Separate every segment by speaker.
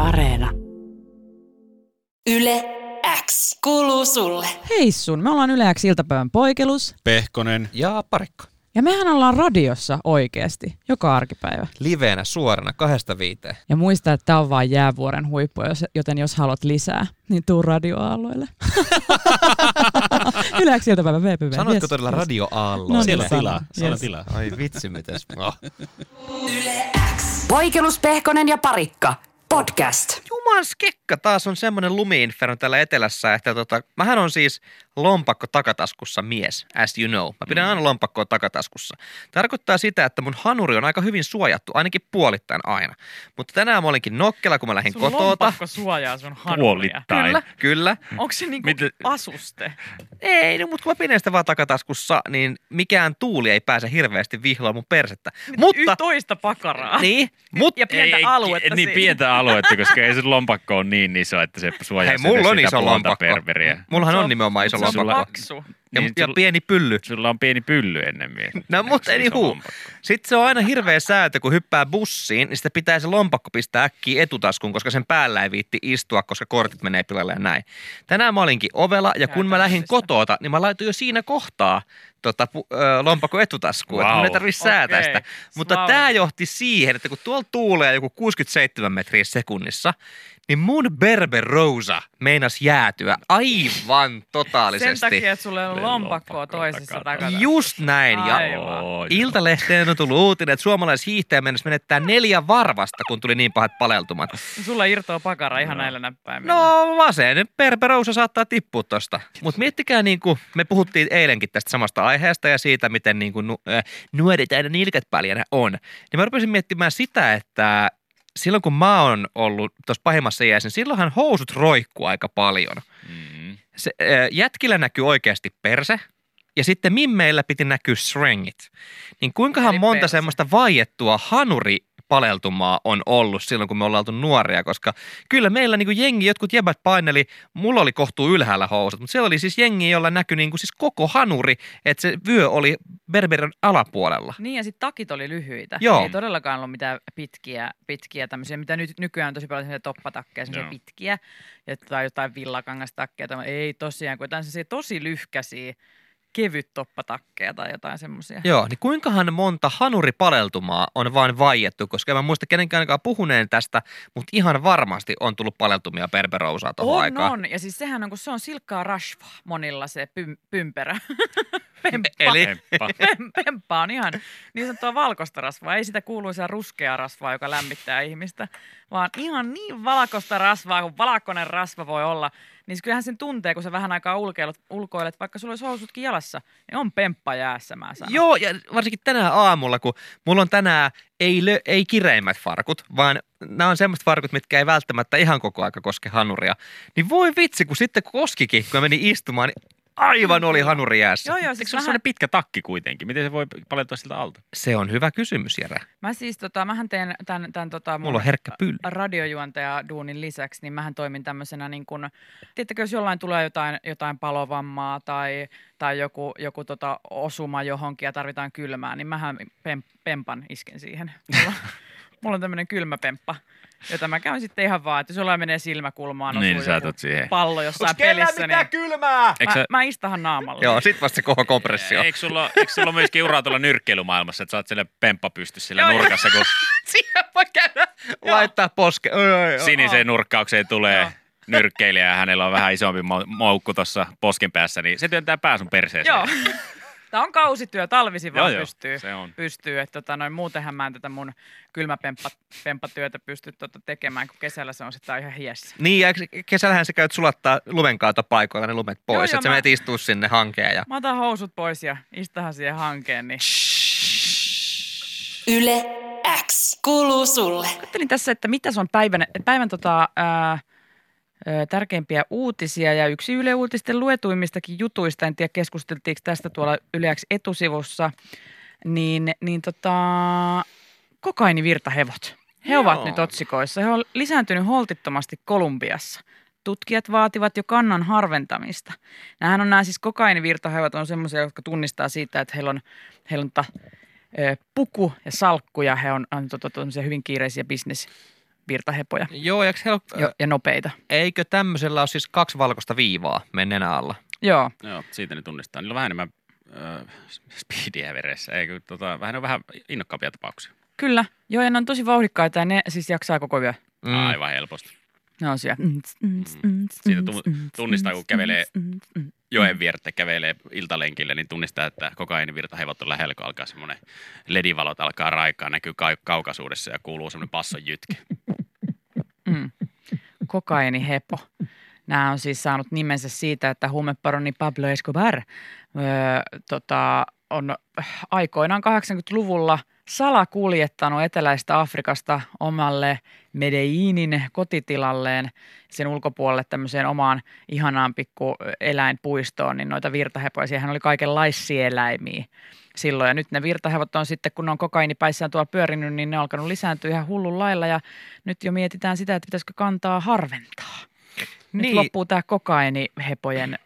Speaker 1: Areena.
Speaker 2: Yle X kuuluu sulle.
Speaker 1: Hei sun, me ollaan yleäksi iltapäivän poikelus.
Speaker 3: Pehkonen.
Speaker 4: Ja parikko.
Speaker 1: Ja mehän ollaan radiossa oikeasti, joka arkipäivä.
Speaker 4: Liveenä suorana kahdesta viiteen.
Speaker 1: Ja muista, että tämä on vain jäävuoren huippu, jos- joten jos haluat lisää, niin tuu radioaalloille. Yleäksi iltapäivän VPV.
Speaker 4: Sanoitko
Speaker 1: Yes,
Speaker 4: todella
Speaker 1: yes.
Speaker 4: radio
Speaker 1: No
Speaker 4: aalloa?
Speaker 1: niin,
Speaker 3: Siellä
Speaker 1: Sano.
Speaker 3: tilaa, siellä
Speaker 1: Yes.
Speaker 3: tilaa.
Speaker 4: Ai vitsi, mitäs mä
Speaker 2: Poikelus Pehkonen ja Parikka. Podcast.
Speaker 4: Jumanskekka, taas on semmoinen lumiinferno täällä etelässä, että tota, mähän on siis lompakko takataskussa mies, as you know. Mä pidän aina lompakkoa takataskussa. Tarkoittaa sitä, että mun hanuri on aika hyvin suojattu, ainakin puolittain aina. Mutta tänään mä olinkin nokkela, Niin, kun mä lähdin
Speaker 5: Sun
Speaker 4: kotota.
Speaker 5: lompakko suojaa sun hanuria.
Speaker 6: Puolittain.
Speaker 4: Kyllä, kyllä.
Speaker 5: Onko se niinku
Speaker 6: Miten-
Speaker 5: asuste?
Speaker 4: Ei, no, mutta kun mä pidän sitä vaan takataskussa, niin mikään tuuli ei pääse hirveästi vihloa mun persettä.
Speaker 5: Yh,
Speaker 4: Mutta,
Speaker 5: toista pakaraa.
Speaker 4: niin, mutta
Speaker 5: Ah, Ja pientä
Speaker 6: Ei,
Speaker 5: aluetta
Speaker 6: Niin
Speaker 5: siinä.
Speaker 6: pientä aluetta, koska ei se lompakko ole niin iso, että se suojaa
Speaker 4: Hei,
Speaker 6: sitä-
Speaker 4: mulla on
Speaker 6: sitä
Speaker 4: iso
Speaker 6: puolta
Speaker 4: lompakko.
Speaker 6: Perveriä.
Speaker 4: Mullahan
Speaker 5: Se
Speaker 4: on
Speaker 5: on-
Speaker 4: nimenomaan iso
Speaker 5: Se on
Speaker 6: Sulla-
Speaker 4: lompakko.
Speaker 5: paksu.
Speaker 4: Ja,
Speaker 6: Niin,
Speaker 4: ja
Speaker 6: sulla-
Speaker 4: pieni pylly.
Speaker 6: Sulla on pieni pylly ennemmin.
Speaker 4: No mut
Speaker 6: Ennen kuin se iso
Speaker 4: anywho,
Speaker 6: lompakko.
Speaker 4: sitten se on aina hirveä säätö, kun hyppää bussiin, niin sitä pitää se lompakko pistää äkkiä etutaskuun, koska sen päällä ei viitti istua, koska kortit menee pilalle ja näin. Tänään mä olinkin ovela ja kun mä lähdin
Speaker 5: Käytännössä.
Speaker 4: kotoota, niin mä laitoin jo siinä kohtaa tota, pu- ö, lompakko etutaskuun, wow. että mun ei
Speaker 6: Wow.
Speaker 4: tarvitse säätää
Speaker 5: Okei,
Speaker 4: sitä. Mutta
Speaker 5: smart.
Speaker 4: tämä johti siihen, että kun tuolla tuulee joku 67 metriä sekunnissa, niin mun Berber Rosa meinas jäätyä aivan totaalisesti.
Speaker 5: Sen takia, että sulla on
Speaker 6: Meillä on
Speaker 5: lompakkoa
Speaker 6: lompakko
Speaker 5: toisessa
Speaker 6: takana.
Speaker 5: takana.
Speaker 4: Just näin. Ja
Speaker 5: Aivan.
Speaker 6: Oi,
Speaker 4: Iltalehteen on tullut uutinen, että suomalaishiihtäjä mennessä menettää neljä varvasta, kun tuli niin pahat paleltumat.
Speaker 5: Sulla irtoaa pakara ihan näillä näppäimillä.
Speaker 4: No vasen perperousa saattaa tippua tosta. Mutta miettikää, niin kuin, me puhuttiin eilenkin tästä samasta aiheesta ja siitä, miten niin kuin, äh, nuoret aina nilkat paljana on. Niin mä rupesin miettimään sitä, että silloin kun mä oon ollut tuossa pahimmassa iässä, niin silloinhan housut roikkuu aika paljon.
Speaker 6: Mm.
Speaker 4: Se, äh, jätkillä näkyy oikeasti perse, ja sitten mimmeillä piti näkyä srengit. Niin kuinkahan
Speaker 5: Eli
Speaker 4: monta
Speaker 5: perse.
Speaker 4: semmoista vaiettua hanuri paleltumaa on ollut silloin, kun me ollaan oltu nuoria, koska kyllä meillä niin jengi, jotkut jäbät paineli, mulla oli kohtuu ylhäällä housut, mutta siellä oli siis jengi, jolla näkyi niin kuin siis koko hanuri, että se vyö oli berberin alapuolella.
Speaker 5: Niin ja sitten takit oli lyhyitä.
Speaker 4: Joo.
Speaker 5: Ei todellakaan ollut mitään pitkiä, pitkiä tämmöisiä, mitä nyt nykyään on tosi paljon semmoisia toppatakkeja, semmoisia
Speaker 6: Joo.
Speaker 5: pitkiä. Ja, tai jotain villakangastakkeja. Tai, ei tosiaan, kun jotain semmoisia tosi lyhkäisiä, kevyt toppatakkeja tai jotain semmoisia.
Speaker 4: Joo, niin kuinkahan monta hanuripaleltumaa on vaan vaiettu, koska en mä muista kenenkään ainakaan puhuneen tästä, mutta ihan varmasti on tullut paleltumia berberousaa tuohon
Speaker 5: On,
Speaker 4: aikaan.
Speaker 5: on. Ja siis sehän on, kun se on silkkaa rasvaa monilla se pym, pymperä. Pemppa,
Speaker 4: Eli-
Speaker 5: Eli...
Speaker 6: Hemppa.
Speaker 5: Siis pemppa on ihan niin sanottua valkoista rasvaa. Ei sitä kuuluisaa ruskeaa rasvaa, joka lämmittää ihmistä, vaan ihan niin valkoista rasvaa, kun valkoinen rasva voi olla. Niin kyllähän sen tuntee, kun sä vähän aikaa ulkoilet, ulkoilet vaikka sulla olisi housutkin jalassa. Niin on pemppa jäässä, mä sanon.
Speaker 4: Joo, ja varsinkin tänään aamulla, kun mulla on tänään ei, lö, ei kireimmät farkut, vaan nämä on semmoiset farkut, mitkä ei välttämättä ihan koko aika koske hanuria. Niin voi vitsi, kun sitten koskikin, kun mä menin istumaan, niin aivan oli hanuri jäässä.
Speaker 5: Joo, joo,
Speaker 6: Eikö
Speaker 5: siis
Speaker 6: se ole
Speaker 5: mähän,
Speaker 6: sellainen pitkä takki kuitenkin? Miten se voi paleltua siltä alta?
Speaker 4: Se on hyvä kysymys, Jere.
Speaker 5: mä siis tota, mähän teen tämän, tämän tota, mun-
Speaker 4: Mulla on herkkä pylly.
Speaker 5: radiojuontaja duunin lisäksi, niin mähän toimin tämmöisenä niin kuin, tiedättekö, jos jollain tulee jotain, jotain palovammaa tai, tai joku, joku tota osuma johonkin ja tarvitaan kylmää, niin mähän pem, pempan isken siihen. Mulla, mulla on tämmöinen kylmäpemppa, jota mä käyn sitten ihan vaan, että jos jollain menee silmäkulmaan, osuu
Speaker 6: Niin, sä
Speaker 5: joku
Speaker 6: otat siihen.
Speaker 5: pallo jossain pelissä, niin
Speaker 4: kylmää?
Speaker 6: Eikö,
Speaker 5: mä,
Speaker 6: sä,
Speaker 5: mä istahan naamalla.
Speaker 4: Joo, sit vasta se kova kompressio.
Speaker 6: eikö, sulla, eikö sulla ole myöskin uraa tuolla nyrkkeilymaailmassa, että sä oot siellä pemppa pysty sillä nurkassa, kun
Speaker 4: Siihen voi käydä laittaa poske. Oi, oi, oi.
Speaker 6: siniseen nurkkaukseen
Speaker 5: Joo.
Speaker 6: tulee nyrkkeilijä ja hänellä on vähän isompi mo- moukku tuossa posken päässä, niin se työntää pää sun perseeseen.
Speaker 5: Joo. Tämä on kausityö, talvisin
Speaker 6: Joo,
Speaker 5: vaan
Speaker 6: joo,
Speaker 5: pystyy.
Speaker 6: se on.
Speaker 5: pystyy. Että tota, noin, muutenhän mä en tätä mun kylmäpemppatyötä pysty tota, tekemään, kun kesällä se on sitä ihan hiessä.
Speaker 4: Niin, ja kesällähän sä käyt sulattaa lumen kautta paikoilla ne lumet pois,
Speaker 5: joo,
Speaker 4: että sä
Speaker 5: mä-
Speaker 4: menet istua sinne hankeen ja
Speaker 5: Mä otan housut pois ja istahan siihen hankeen. Niin.
Speaker 2: Yle X kuuluu sulle.
Speaker 5: Ajattelin tässä, että mitä se on päivän, päivän tota, ää, ö, tärkeimpiä uutisia ja yksi Yle Uutisten luetuimmistakin jutuista, en tiedä keskusteltiinko tästä tuolla Yleäksi etusivussa, niin, niin tota, kokainivirtahevot. He Joo. ovat
Speaker 4: Joo.
Speaker 5: nyt otsikoissa. He ovat lisääntynyt holtittomasti Kolumbiassa. Tutkijat vaativat jo kannan harventamista. Nämähän on nämä siis kokainivirtahevot on semmoisia, jotka tunnistaa siitä, että heillä on, heillä on tota, ta, ö, puku ja salkku ja he on, on to, to, hyvin tota, kiireisiä business virtahepoja
Speaker 4: Joo, eikö heillä, ole-
Speaker 5: jo, ja nopeita.
Speaker 4: eikö tämmöisellä ole siis kaksi valkoista viivaa menneen alla?
Speaker 5: Joo,
Speaker 6: Joo, siitä ne tunnistaa. Niillä on vähän enemmän ö, speediä veressä. Eikö, tota, vähän ne on vähän innokkaampia tapauksia.
Speaker 5: kyllä. Joo, ja ne on tosi vauhdikkaita ja ne siis jaksaa koko yö.
Speaker 6: Mm. Aivan helposti.
Speaker 5: Ne on siellä.
Speaker 6: Siitä tu- tunnistaa, kun kävelee joen viertä, kävelee iltalenkille, niin tunnistaa, että kokaiinivirta hevot on lähellä, kun alkaa semmoinen ledivalot alkaa raikaa, näkyy ka- kaukaisuudessa ja kuuluu semmoinen passon jytki.
Speaker 5: Mm. Kokainihepo. Nämä on siis saanut nimensä siitä, että huumeparoni Pablo Escobar öö, tota, on aikoinaan 80-luvulla salakuljettanut eteläistä Afrikasta omalle Medeinin kotitilalleen sen ulkopuolelle tämmöiseen omaan ihanaan pikku eläinpuistoon, niin noita virtahepoja, siihen oli kaikenlaisia eläimiä silloin. Ja nyt ne virtahevot on sitten, kun ne on kokainipäissään tuolla pyörinyt, niin ne on alkanut lisääntyä ihan hullun lailla ja nyt jo mietitään sitä, että pitäisikö kantaa harventaa. Nyt
Speaker 4: Niin.
Speaker 5: loppuu tämä kokainihepojen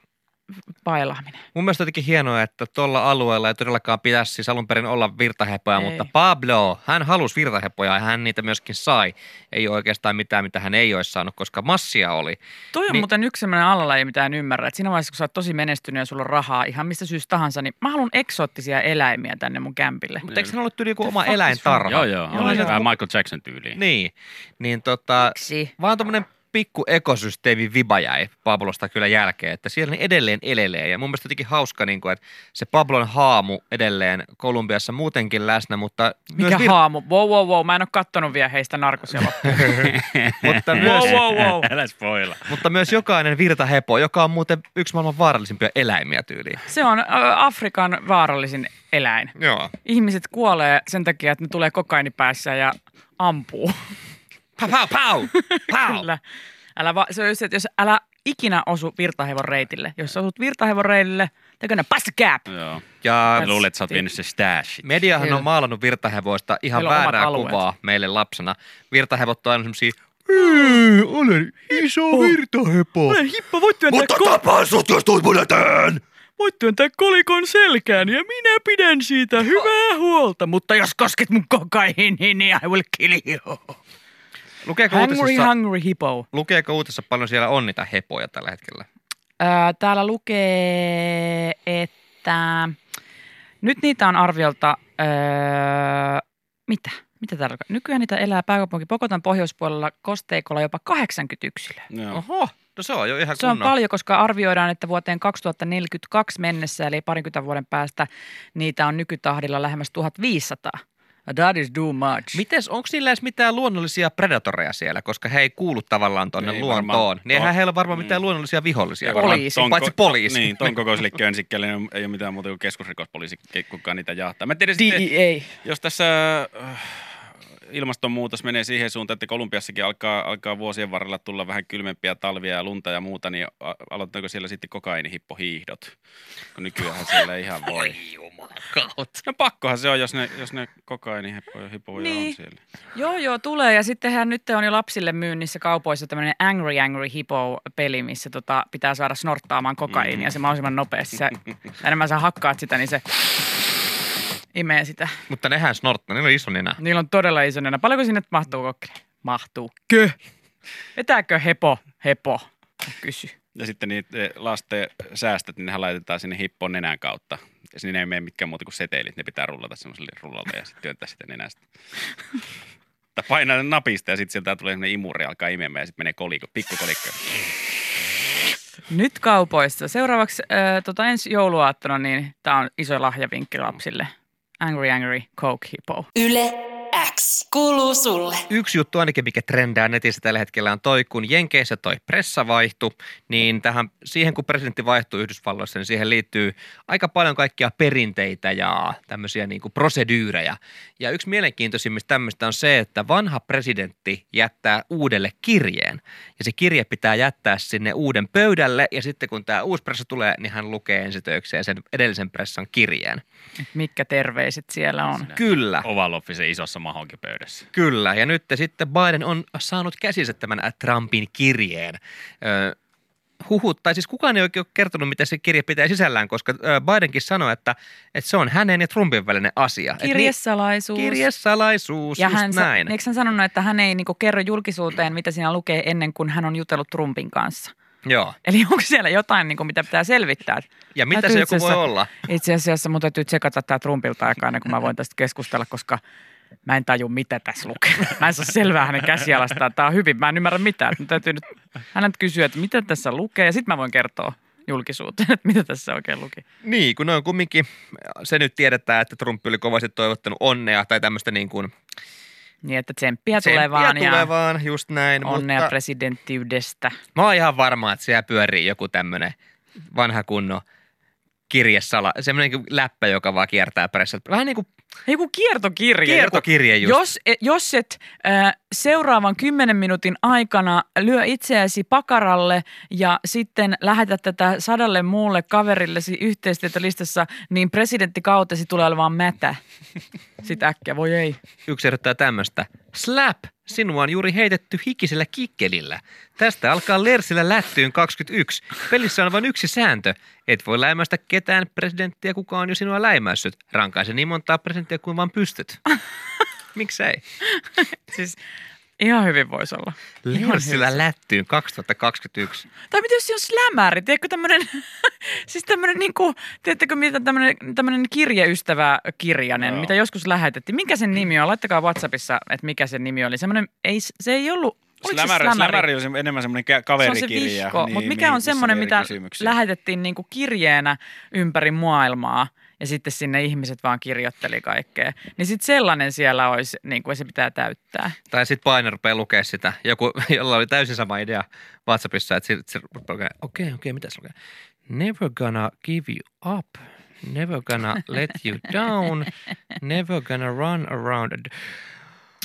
Speaker 5: pailaaminen.
Speaker 4: Mun mielestä jotenkin hienoa, että tuolla alueella ei todellakaan pitäisi siis alun perin olla virtahepoja,
Speaker 5: Ei.
Speaker 4: mutta Pablo, hän halusi virtahepoja ja hän niitä myöskin sai. Ei ole oikeastaan mitään, mitä hän ei olisi saanut, koska massia oli.
Speaker 5: Toi on
Speaker 4: Niin.
Speaker 5: niin. muuten yksi sellainen alalaji, mitä en ymmärrä. Että siinä vaiheessa, kun sä oot tosi menestynyt ja sulla on rahaa ihan mistä syystä tahansa, niin mä haluan eksoottisia eläimiä tänne mun kämpille.
Speaker 4: Mutta eikö hän ollut yli kuin
Speaker 5: What
Speaker 4: oma
Speaker 5: the fuck is
Speaker 4: eläintarha?
Speaker 6: Joo, joo.
Speaker 5: Joo,
Speaker 6: oli
Speaker 5: joo.
Speaker 6: Vähän Michael Jackson tyyliin.
Speaker 4: Niin, niin tota,
Speaker 5: Miksi?
Speaker 4: vaan tuommoinen pikku ekosysteemi viba jäi Pablosta kyllä jälkeen, että siellä ne edelleen elelee. Ja mun mielestä jotenkin hauska, niin kuin, että se Pablon haamu edelleen Kolumbiassa muutenkin läsnä, mutta
Speaker 5: Mikä
Speaker 4: myös, vir-
Speaker 5: haamu? Wow, wow, wow. Mä en ole kattonut vielä heistä narkosia
Speaker 4: mutta, myös,
Speaker 5: Wow, wow, wow.
Speaker 6: Älä spoila.
Speaker 4: mutta myös jokainen virtahepo, joka on muuten yksi maailman vaarallisimpia eläimiä tyyliin.
Speaker 5: Se on ö, Afrikan vaarallisin eläin.
Speaker 4: Joo.
Speaker 5: Ihmiset kuolee sen takia, että ne tulee kokainipäässä ja ampuu.
Speaker 4: Pau, pau, pau, pau.
Speaker 5: Kyllä. Älä va- se on just, se, että jos älä ikinä osu virtahevon reitille. Jos sä osut virtahevon reitille, they're gonna bust the gap.
Speaker 6: Joo.
Speaker 4: Ja
Speaker 6: Mä luulen, että sä oot vienyt se stash.
Speaker 4: mediahan
Speaker 5: Kyllä.
Speaker 4: on maalannut virtahevoista ihan
Speaker 5: Meillä on omat
Speaker 4: väärää
Speaker 5: alueet.
Speaker 4: kuvaa meille lapsena. Virtahevot on aina semmosia, olen iso virtahepo.
Speaker 5: Hippo, voit työntää,
Speaker 4: Mutta tapaan sut, jos tuut mun eteen!
Speaker 5: voit työntää kolikon selkään ja minä pidän siitä hyvää huolta. Mutta jos kosket mun kokaiini, niin I will kill you.
Speaker 4: Lukeeko
Speaker 5: Hungry,
Speaker 4: uutisessa,
Speaker 5: hungry hippo.
Speaker 4: lukeeko uutisessa paljon siellä on niitä hepoja tällä hetkellä?
Speaker 5: Ää, täällä lukee, että nyt niitä on arviolta, ää, mitä? Mitä täällä lukee? Nykyään niitä elää pääkaupunki Pokotan pohjoispuolella kosteikolla jopa 80 yksilöä.
Speaker 6: Joo.
Speaker 4: Oho, no se on jo ihan
Speaker 5: Se on paljon, koska arvioidaan, että vuoteen 2042 mennessä, eli parinkymmenen vuoden päästä, niitä on nykytahdilla lähemmäs 1500. That is too much.
Speaker 4: Mites, onko niillä edes mitään luonnollisia predatoreja siellä, koska he ei kuulu tavallaan tonne
Speaker 6: Ei varmaan.
Speaker 4: luontoon? Niin eihän
Speaker 6: Tuo-
Speaker 4: heillä ole varmaan mitään
Speaker 6: Mm.
Speaker 4: luonnollisia vihollisia.
Speaker 5: Poliisi.
Speaker 6: Ton
Speaker 4: Paitsi
Speaker 6: ko-
Speaker 4: poliisi.
Speaker 6: Niin, ton kokoiselle könsikkeelle ei ole- ei ole mitään muuta kuin keskusrikospoliisi, ei kukaan niitä jahtaa. Mä tiedän, sitten,
Speaker 5: DEA.
Speaker 6: jos tässä äh, ilmastonmuutos menee siihen suuntaan, että Kolumbiassakin alkaa, alkaa vuosien varrella tulla vähän kylmempiä talvia ja lunta ja muuta, niin a- aloittaako siellä sitten kokainihippohiihdot? Kun nykyään siellä ei ihan voi. No pakkohan se on, jos ne, jos ne kokainihippoja niin. on
Speaker 5: Niin.
Speaker 6: siellä.
Speaker 5: Joo, joo, tulee. Ja sittenhän nyt on jo lapsille myynnissä kaupoissa tämmöinen Angry Angry Hippo-peli, missä tota, pitää saada snorttaamaan kokaiinia se mahdollisimman nopeasti. Se, enemmän sä hakkaat sitä, niin se imee sitä.
Speaker 4: Mutta nehän snorttaa, niillä on iso nenä.
Speaker 5: Niillä on todella iso nenä. Paljonko sinne mahtuu kokkeja? Mahtuu. Kö? Vetääkö hepo? Hepo. Kysy.
Speaker 6: Ja sitten niitä eh, lasten säästöt, niin nehän laitetaan sinne hippon nenän kautta. Ja sinne ei mene mitkään muuta kuin setelit. Ne pitää rullata semmoiselle rullalle ja sitten työntää sitä nenästä. tai painaa ne napista ja sitten sieltä tulee semmoinen imuri, alkaa imemään ja sitten menee kolikko, pikkukolikko.
Speaker 5: Nyt kaupoissa. Seuraavaksi äh, tota ensi jouluaattona, niin tämä on iso lahjavinkki lapsille. Angry Angry Coke Hippo.
Speaker 2: Yle X kuuluu sulle.
Speaker 4: Yksi juttu ainakin, mikä trendää netissä tällä hetkellä on toi, kun Jenkeissä toi pressa vaihtui, niin tähän, siihen kun presidentti vaihtuu Yhdysvalloissa, niin siihen liittyy aika paljon kaikkia perinteitä ja tämmöisiä niin kuin prosedyyrejä. Ja yksi mielenkiintoisimmista tämmöistä on se, että vanha presidentti jättää uudelle kirjeen. Ja se kirje pitää jättää sinne uuden pöydälle ja sitten kun tämä uusi pressa tulee, niin hän lukee ensitöikseen sen edellisen pressan kirjeen.
Speaker 5: Mitkä terveiset siellä on?
Speaker 4: Kyllä.
Speaker 6: Oval Office isossa mahonkin pöydässä.
Speaker 4: Kyllä, ja nyt sitten Biden on saanut käsinsä tämän Trumpin kirjeen. Ö, huhut, tai siis kukaan ei oikein ole kertonut, mitä se kirje pitää sisällään, koska ö, Bidenkin sanoi, että, että se on hänen ja Trumpin välinen asia. Et
Speaker 5: Kirjesalaisuus.
Speaker 4: Niin, kirjesalaisuus,
Speaker 5: ja
Speaker 4: just
Speaker 5: hän, sa-
Speaker 4: näin.
Speaker 5: Eikö hän sanonut, että hän ei niinku kerro julkisuuteen, mitä siinä lukee ennen kuin hän on jutellut Trumpin kanssa?
Speaker 4: Joo.
Speaker 5: Eli onko siellä jotain, niinku, mitä pitää selvittää?
Speaker 4: Ja mitä
Speaker 5: Täytyy
Speaker 4: se joku
Speaker 5: itse
Speaker 4: voi
Speaker 5: asiassa-
Speaker 4: olla?
Speaker 5: Itse asiassa mun täytyy tsekata tämä Trumpilta aikaa, ennen kuin mä voin tästä keskustella, koska mä en taju, mitä tässä lukee. Mä en saa selvää hänen käsialastaan. Tämä on hyvin, mä en ymmärrä mitään. Mun täytyy nyt hänet kysyä, että mitä tässä lukee, ja sitten mä voin kertoa julkisuuteen, että mitä tässä oikein luki.
Speaker 4: Niin, kun ne on kumminkin, se nyt tiedetään, että Trump oli kovasti toivottanut onnea tai tämmöistä niin kuin
Speaker 5: Niin, että tsemppiä,
Speaker 4: tsemppiä
Speaker 5: tulee vaan
Speaker 4: tulee
Speaker 5: ja
Speaker 4: vaan, just näin.
Speaker 5: onnea
Speaker 4: mutta
Speaker 5: presidenttiydestä.
Speaker 4: mä oon ihan varma, että siellä pyörii joku tämmöinen vanha kunno kirjesala, semmoinen niin kuin läppä, joka vaan kiertää perässä. Vähän niin kuin
Speaker 5: Joku kiertokirja. joku-
Speaker 4: kiertokirje just.
Speaker 5: Jos, e- jos et äh, seuraavan 10 minuutin aikana lyö itseäsi pakaralle ja sitten lähetä tätä sadalle muulle kaverillesi yhteistyötä listassa, niin presidenttikautesi tulee olemaan mätä. Sitten äkkiä, voi ei.
Speaker 4: Yksi ehdottaa tämmöistä. Slap! Sinua on juuri heitetty hikisellä kikkelillä. Tästä alkaa Lersillä lättyyn 21. Pelissä on vain yksi sääntö. Et voi läimästä ketään presidenttiä, kuka on jo sinua läimässyt. Rankaise niin montaa presidenttiä kuin vaan pystyt. Miksei?
Speaker 5: Siis ihan hyvin voisi olla.
Speaker 4: Lersillä lättyyn 2021.
Speaker 5: Tai mitä jos se on slämäri, tiedätkö tämmönen, siis tämmönen niinku, tiedättekö mitä tämmönen, tämmönen kirjeystävä kirjanen,
Speaker 6: Joo.
Speaker 5: mitä joskus lähetettiin. Minkä sen nimi on? Laittakaa Whatsappissa, että mikä sen nimi oli. Semmoinen, ei, se ei ollut, oliko se
Speaker 6: Slämäri,
Speaker 5: slämäri?
Speaker 6: slämäri on se enemmän semmoinen kä-
Speaker 5: se on se
Speaker 6: kaverikirja.
Speaker 5: vihko, niin, mutta
Speaker 6: mi-
Speaker 5: mikä on
Speaker 6: missä
Speaker 5: semmoinen,
Speaker 6: oli eri
Speaker 5: mitä
Speaker 6: kysymyksiä.
Speaker 5: lähetettiin niinku kirjeenä ympäri maailmaa ja sitten sinne ihmiset vaan kirjoitteli kaikkea. Niin sitten sellainen siellä olisi, niinku, ja se pitää täyttää.
Speaker 4: Tai sitten Paine rupeaa lukea sitä. Joku, jolla oli täysin sama idea WhatsAppissa, että se, se rupeaa lukea, okei, okei, mitä se lukee? Never gonna give you up. Never gonna let you down. Never gonna run around.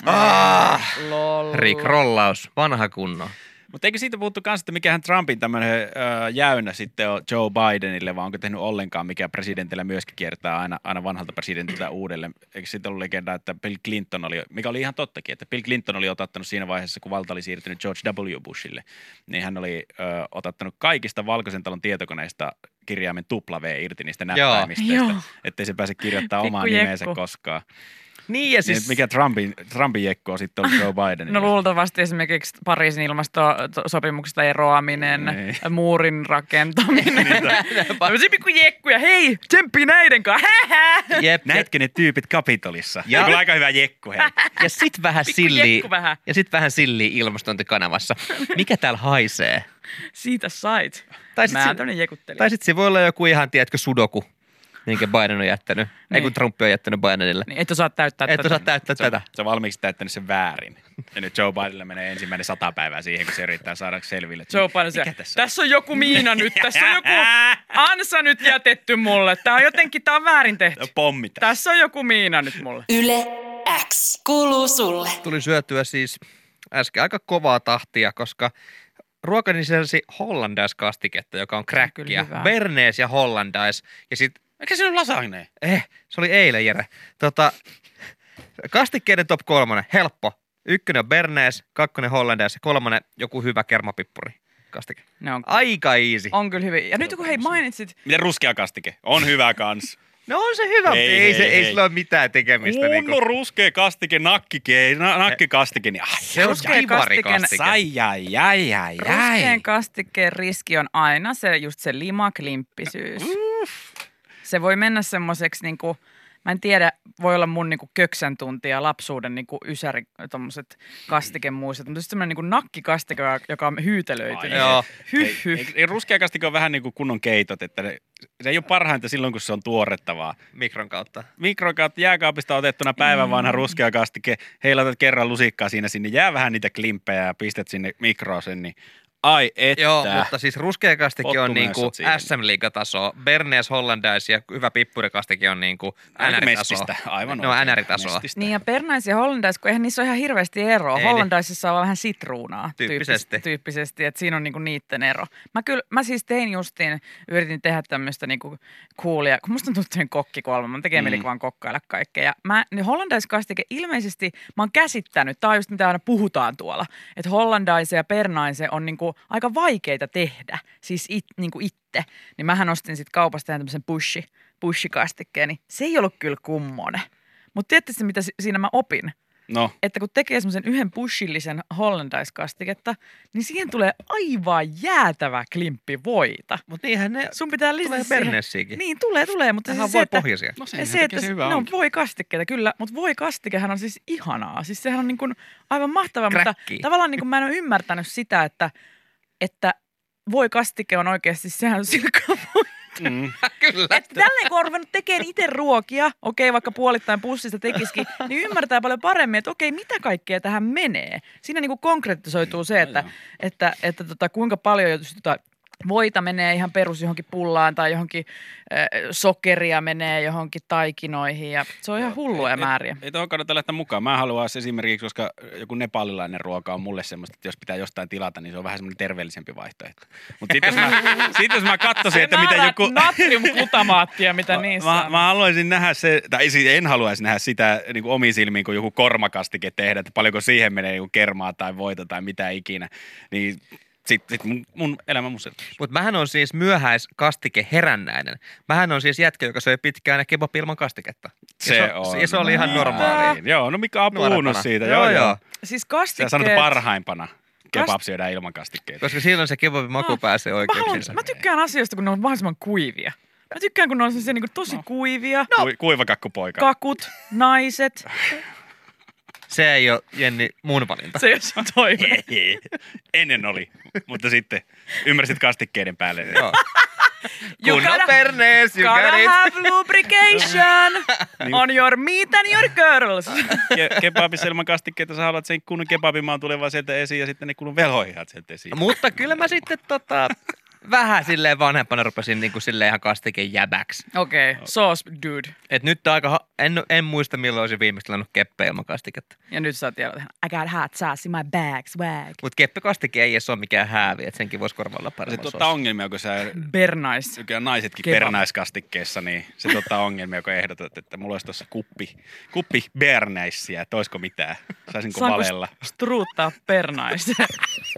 Speaker 4: Ah!
Speaker 5: Lol.
Speaker 4: Rick Rollaus, vanha kunno.
Speaker 6: Mutta eikö siitä puhuttu kanssa, että mikähän Trumpin tämmöinen jäynä sitten on Joe Bidenille, vai onko tehnyt ollenkaan, mikä presidentillä myöskin kiertää aina, aina vanhalta presidentiltä uudelleen. Eikö siitä ollut legenda, että Bill Clinton oli, mikä oli ihan tottakin, että Bill Clinton oli otattanut siinä vaiheessa, kun valta oli siirtynyt George W. Bushille, niin hän oli ö, otattanut kaikista Valkoisen talon tietokoneista kirjaimen tupla V irti niistä
Speaker 4: Joo.
Speaker 5: Joo.
Speaker 6: näppäimistöistä, ettei se pääse kirjoittamaan omaa
Speaker 5: Pikku
Speaker 6: nimeensä
Speaker 5: jekku.
Speaker 6: koskaan.
Speaker 4: Niin ja
Speaker 6: Siis...
Speaker 4: siis,
Speaker 6: mikä Trumpin, Trumpin jekko on sitten ollut Joe Bidenille?
Speaker 5: No luultavasti esimerkiksi Pariisin ilmastosopimuksesta eroaminen,
Speaker 6: Niin.
Speaker 5: muurin rakentaminen. Tämmöisiä pikku jekkuja, hei, tsemppi näiden kanssa, hähä!
Speaker 4: jep, ja,
Speaker 6: Näitkö ne tyypit Kapitolissa?
Speaker 4: Ja-
Speaker 6: Ja. Kyllä aika hyvä jekku, hei.
Speaker 4: ja sit vähän
Speaker 5: Pikku
Speaker 4: silli,
Speaker 5: jekku vähän.
Speaker 4: ja sit vähän silli ilmastointikanavassa. Mikä täällä haisee?
Speaker 5: Siitä sait.
Speaker 4: Tai
Speaker 5: Tai
Speaker 4: sit
Speaker 5: Mä
Speaker 4: siinä-
Speaker 5: oon tämmönen jekuttelija.
Speaker 4: Tai sitten se voi olla joku ihan, tiedätkö, sudoku, minkä Biden on jättänyt. Niin. Ei
Speaker 5: Niin.
Speaker 4: kun Trump on jättänyt Bidenille.
Speaker 5: Niin, et osaa täyttää
Speaker 4: Et
Speaker 5: tätä.
Speaker 4: osaa täyttää
Speaker 6: Se on,
Speaker 4: tätä.
Speaker 6: se on valmiiksi täyttänyt sen väärin. Ja nyt Joe Bidenilla menee ensimmäinen sata päivää siihen, kun se yrittää saada selville. että
Speaker 5: Joe Biden se,
Speaker 6: Mikä tässä on?
Speaker 5: tässä on joku miina nyt, tässä on joku ansa nyt jätetty mulle. Tää on jotenkin, tää on väärin tehty.
Speaker 6: No, pommi tässä.
Speaker 5: Tässä on joku miina nyt mulle.
Speaker 2: Yle X kuuluu sulle.
Speaker 4: Tuli syötyä siis äsken aika kovaa tahtia, koska ruokani sisälsi hollandaiskastiketta, joka on kräkkiä.
Speaker 5: hyvää.
Speaker 4: Bernees ja hollandais. Ja sit,
Speaker 6: Mikä siinä on lasagne?
Speaker 4: eh, se oli eilen Jere. Tota, kastikkeiden top kolmonen, helppo. Ykkönen on Bernees, kakkonen hollandais ja kolmonen joku hyvä kermapippuri. Kastike.
Speaker 5: Ne on,
Speaker 4: Aika easy.
Speaker 5: on kyllä hyvin. Ja nyt kun hei mainitsit,
Speaker 6: Miten ruskea kastike? On hyvä kans.
Speaker 4: No on se hyvä,
Speaker 6: Hei,
Speaker 4: ei, ei,
Speaker 6: hei,
Speaker 4: se, ei
Speaker 6: hei.
Speaker 4: sillä ole mitään tekemistä. niinku.
Speaker 6: Kunno ruskea kastike, nakkike, na, nakkikastike. Niin, ai,
Speaker 4: Se on
Speaker 5: Ruskea kastiken-
Speaker 4: kivarikastike.
Speaker 6: sai, ai, ai, ai, ai.
Speaker 5: Ruskeen kastikkeen riski on aina se, just se limaklimppisyys. Se voi mennä semmoiseksi, niinku, mä en tiedä, voi olla mun niinku köksän tuntia lapsuuden niinku ysäri, tommoset kastikemuistot, mutta sitten semmoinen niinku nakkikastike, joka on hyytelöitynyt.
Speaker 6: Ai,
Speaker 4: Joo.
Speaker 5: Hyh, hyh.
Speaker 6: Ei, ei, ruskea kastike on vähän niin kuin kunnon keitot, että ne, se ei ole parhainta silloin, kun se on tuoretta vaan.
Speaker 4: Mikron kautta.
Speaker 6: mikrokautta jääkaapista otettuna päivän
Speaker 4: Mm.
Speaker 6: vanha ruskea kastike, heilatat kerran lusikkaa siinä sinne, jää vähän niitä klimppejä ja pistät sinne mikroon sen, niin ai että.
Speaker 4: Joo, mutta siis ruskea kastike on
Speaker 6: Pottumäysät
Speaker 4: niinku
Speaker 6: siihen.
Speaker 4: SM-liigatasoa. Bernees Hollandais ja hyvä pippurikastike on niinku
Speaker 6: Aika
Speaker 4: NR-tasoa.
Speaker 6: mestistä, aivan
Speaker 4: Ne on
Speaker 6: oikein,
Speaker 4: NR-tasoa.
Speaker 6: mestistä.
Speaker 5: Niin ja Pernais ja Hollandais, kun eihän niissä ole ihan hirveästi eroa.
Speaker 4: Ei
Speaker 5: Ei,
Speaker 4: niin.
Speaker 5: Hollandaisissa on vähän sitruunaa
Speaker 4: Tyyppisesti.
Speaker 5: tyyppis- tyyppisesti että siinä on niinku niiden ero. Mä, kyllä, mä siis tein justiin, yritin tehdä tämmöistä niinku coolia, kun musta on tuttuinen kokki kolme, mä tekee
Speaker 6: Mm.
Speaker 5: mm. vaan kokkailla kaikkea. Ja mä, niin hollandaiskastike ilmeisesti, mä oon käsittänyt, tää on just mitä aina puhutaan tuolla, että hollandaisen ja pernaisen on niinku niinku aika vaikeita tehdä, siis it, niinku itse. Niin mähän ostin sitten kaupasta ihan tämmöisen pushi, pushikastikkeen, niin se ei ollut kyllä kummonen. Mutta tiedätte se, mitä si- siinä mä opin?
Speaker 6: No,
Speaker 5: Että kun tekee semmoisen yhden pushillisen hollandaiskastiketta, niin siihen tulee aivan jäätävä klimppi voita.
Speaker 4: Mutta niinhän ne
Speaker 5: Sun pitää lisätä
Speaker 4: tulee
Speaker 5: siihen-
Speaker 4: Bernessiinkin.
Speaker 5: Niin, tulee, tulee, mutta
Speaker 4: Nehän
Speaker 5: siis
Speaker 4: on
Speaker 5: se,
Speaker 4: voi
Speaker 5: että,
Speaker 4: pohjaisia.
Speaker 6: no
Speaker 5: ja
Speaker 6: sen
Speaker 5: se, että
Speaker 6: se
Speaker 5: se
Speaker 6: hyvä
Speaker 5: ne on
Speaker 6: onkin.
Speaker 5: voi kastikkeita, kyllä, mutta voi kastikehan on siis ihanaa. Siis sehän on niin kuin aivan mahtavaa, mutta
Speaker 4: Kräkkii.
Speaker 5: tavallaan niin kuin mä en ole ymmärtänyt sitä, että, että voi kastike on oikeasti sehän silkka
Speaker 6: Mm.
Speaker 4: Kyllä.
Speaker 5: että tälleen kun on ruvennut tekemään itse ruokia, okei vaikka puolittain pussista tekisikin, niin ymmärtää paljon paremmin, että okei mitä kaikkea tähän menee. Siinä niin kuin konkretisoituu se, että,
Speaker 6: Joo,
Speaker 5: että, että tota, kuinka paljon jos tota, voita menee ihan perus johonkin pullaan tai johonkin äh, sokeria menee johonkin taikinoihin ja se on ihan
Speaker 6: Joo,
Speaker 5: hulluja
Speaker 6: et- et-
Speaker 5: määriä.
Speaker 6: Ei tuohon kannata lähteä mukaan. Mä haluan esimerkiksi, koska joku nepalilainen ruoka on mulle semmoista, että jos pitää jostain tilata, niin se on vähän semmoinen terveellisempi vaihtoehto. Mutta sitten jos mä, sit jos mä katsoisin, että miten
Speaker 5: Määrät
Speaker 6: joku...
Speaker 5: natriumglutamaattia, mitä niissä
Speaker 6: Mä,
Speaker 5: niin on.
Speaker 6: mä haluaisin nähdä se, tai siis en haluaisi nähdä sitä niin kuin omiin silmiin, kun joku kormakastike tehdään, että paljonko siihen menee niin kuin kermaa tai voita tai mitä ikinä. Niin sit, sit mun, mun elämä musertuu.
Speaker 4: Mutta mähän on siis myöhäiskastike herännäinen. Mähän on siis jätkä, joka söi pitkään aina kebab ilman kastiketta. ja se, Ja se oli ihan
Speaker 6: Mitä?
Speaker 4: normaali.
Speaker 6: Joo, no Mika on puhunut
Speaker 4: Nuorempana.
Speaker 6: siitä. Joo, joo.
Speaker 5: Siis
Speaker 6: Sä
Speaker 5: kastikkeet.
Speaker 6: sanot että parhaimpana. Kebab
Speaker 5: Kast-
Speaker 6: syödään ilman kastikkeita.
Speaker 4: Koska silloin se kebabin maku
Speaker 5: Ah,
Speaker 4: pääsee
Speaker 5: Mä, haluan,
Speaker 4: oikeuksiinsa.
Speaker 5: mä tykkään asioista, kun ne on mahdollisimman kuivia. Mä tykkään, kun ne on sellaisia niin tosi
Speaker 6: No.
Speaker 5: kuivia.
Speaker 6: No. Kuivakakkupoika.
Speaker 5: kakut, naiset.
Speaker 4: Se ei ole, Jenni, mun valinta.
Speaker 5: Se jos on toive.
Speaker 6: Ei. Ennen oli, mutta sitten ymmärsit kastikkeiden päälle.
Speaker 4: Joo. Kunnon pernees, you got
Speaker 5: gotta
Speaker 4: it.
Speaker 5: have lubrication on your meat and your girls.
Speaker 6: Ke- kebabissa ilman kastikkeita sä haluat sen kunnon kebabimaan tulevan sieltä esiin ja sitten ne kunnon velhoihat sieltä esiin.
Speaker 4: No, Mutta kyllä mä sitten tota, vähän silleen vanhempana rupesin niin kuin silleen ihan kastikin jäbäksi.
Speaker 5: Okei, okay, sauce dude.
Speaker 4: Et nyt aika, ha- en, en muista milloin olisin viimeksi tilannut keppejä ilman kastiketta.
Speaker 5: Ja nyt sä tiedät, I got hot sauce in my bag, swag.
Speaker 4: Mutta keppikastike ei edes ole mikään häävi, että senkin voisi korvalla
Speaker 6: se
Speaker 4: paremmalla
Speaker 6: tuottaa ongelmia, kun sä
Speaker 5: Bernais.
Speaker 6: nykyään naisetkin
Speaker 5: Kebab.
Speaker 6: pernaiskastikkeessa, niin se tuottaa ongelmia, kun ehdotat, että mulla olisi tuossa kuppi, kuppi bernäissiä, että olisiko mitään. Saisinko
Speaker 5: Saanko
Speaker 6: valella?
Speaker 5: struuttaa pernaista?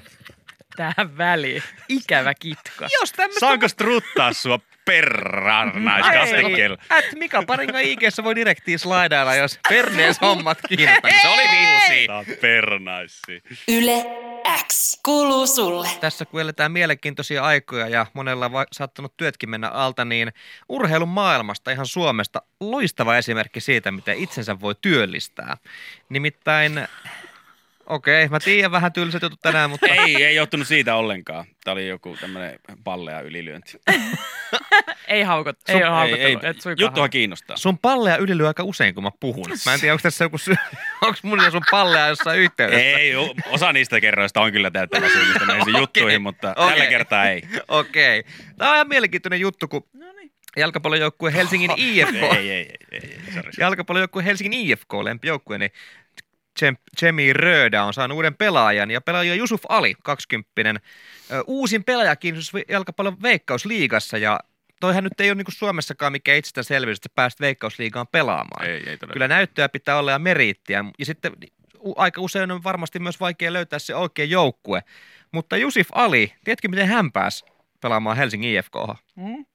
Speaker 5: Tähän väliin. Ikävä kitka.
Speaker 4: Jos tämmöistä...
Speaker 6: Saanko struttaa sua pernaiskastikkeella?
Speaker 4: At Mika Paringa IGssä voi direktiin slaidailla, jos pernees hommat kiinnostaa. niin Se oli vilsi.
Speaker 6: Tää on pernaissi.
Speaker 2: Yle X kuuluu sulle.
Speaker 4: Tässä kun eletään mielenkiintoisia aikoja ja monella on va- saattanut työtkin mennä alta, niin urheilun maailmasta, ihan Suomesta, loistava esimerkki siitä, miten itsensä voi työllistää. Nimittäin, okei, mä tiedän vähän tylsät jutut tänään, mutta
Speaker 6: Ei, ei johtunut siitä ollenkaan. Tämä oli joku tämmöinen pallea ylilyönti.
Speaker 5: Ei haukot, ei ole
Speaker 6: ei, ei,
Speaker 5: haukotellut. Et suinkaan
Speaker 6: juttua kiinnostaa.
Speaker 4: sun palleja ylilyö aika usein, kun mä puhun. Mä en tiedä, onko tässä joku syy, onko mun ja sun palleja jossain yhteydessä.
Speaker 6: Ei, o- osa niistä kerroista on kyllä täyttävä syyllistä näihin
Speaker 4: Okei,
Speaker 6: juttuihin, mutta tällä
Speaker 4: okei.
Speaker 6: kertaa ei.
Speaker 4: Okei. Tämä on ihan mielenkiintoinen juttu, kun
Speaker 5: Noniin.
Speaker 4: jalkapallojoukkue Helsingin IFK.
Speaker 6: Ei, ei, ei, ei, ei, sorry.
Speaker 4: jalkapallojoukkue Helsingin IFK lempijoukkue, niin Tsem- Tsemi Rödä on saanut uuden pelaajan ja pelaaja Jusuf Ali, 20 ö, uusin pelaaja kiinnostus vi- jalkapallon veikkausliigassa ja toihan nyt ei ole niin Suomessakaan mikä itsestäänselvyys, että pääst veikkausliigaan pelaamaan.
Speaker 6: Ei, ei todella.
Speaker 4: Kyllä näyttöä pitää olla ja meriittiä. Ja sitten u- aika usein on varmasti myös vaikea löytää se oikea joukkue. Mutta Jusif Ali, tiedätkö miten hän pääsi pelaamaan Helsingin IFK?
Speaker 5: Mm.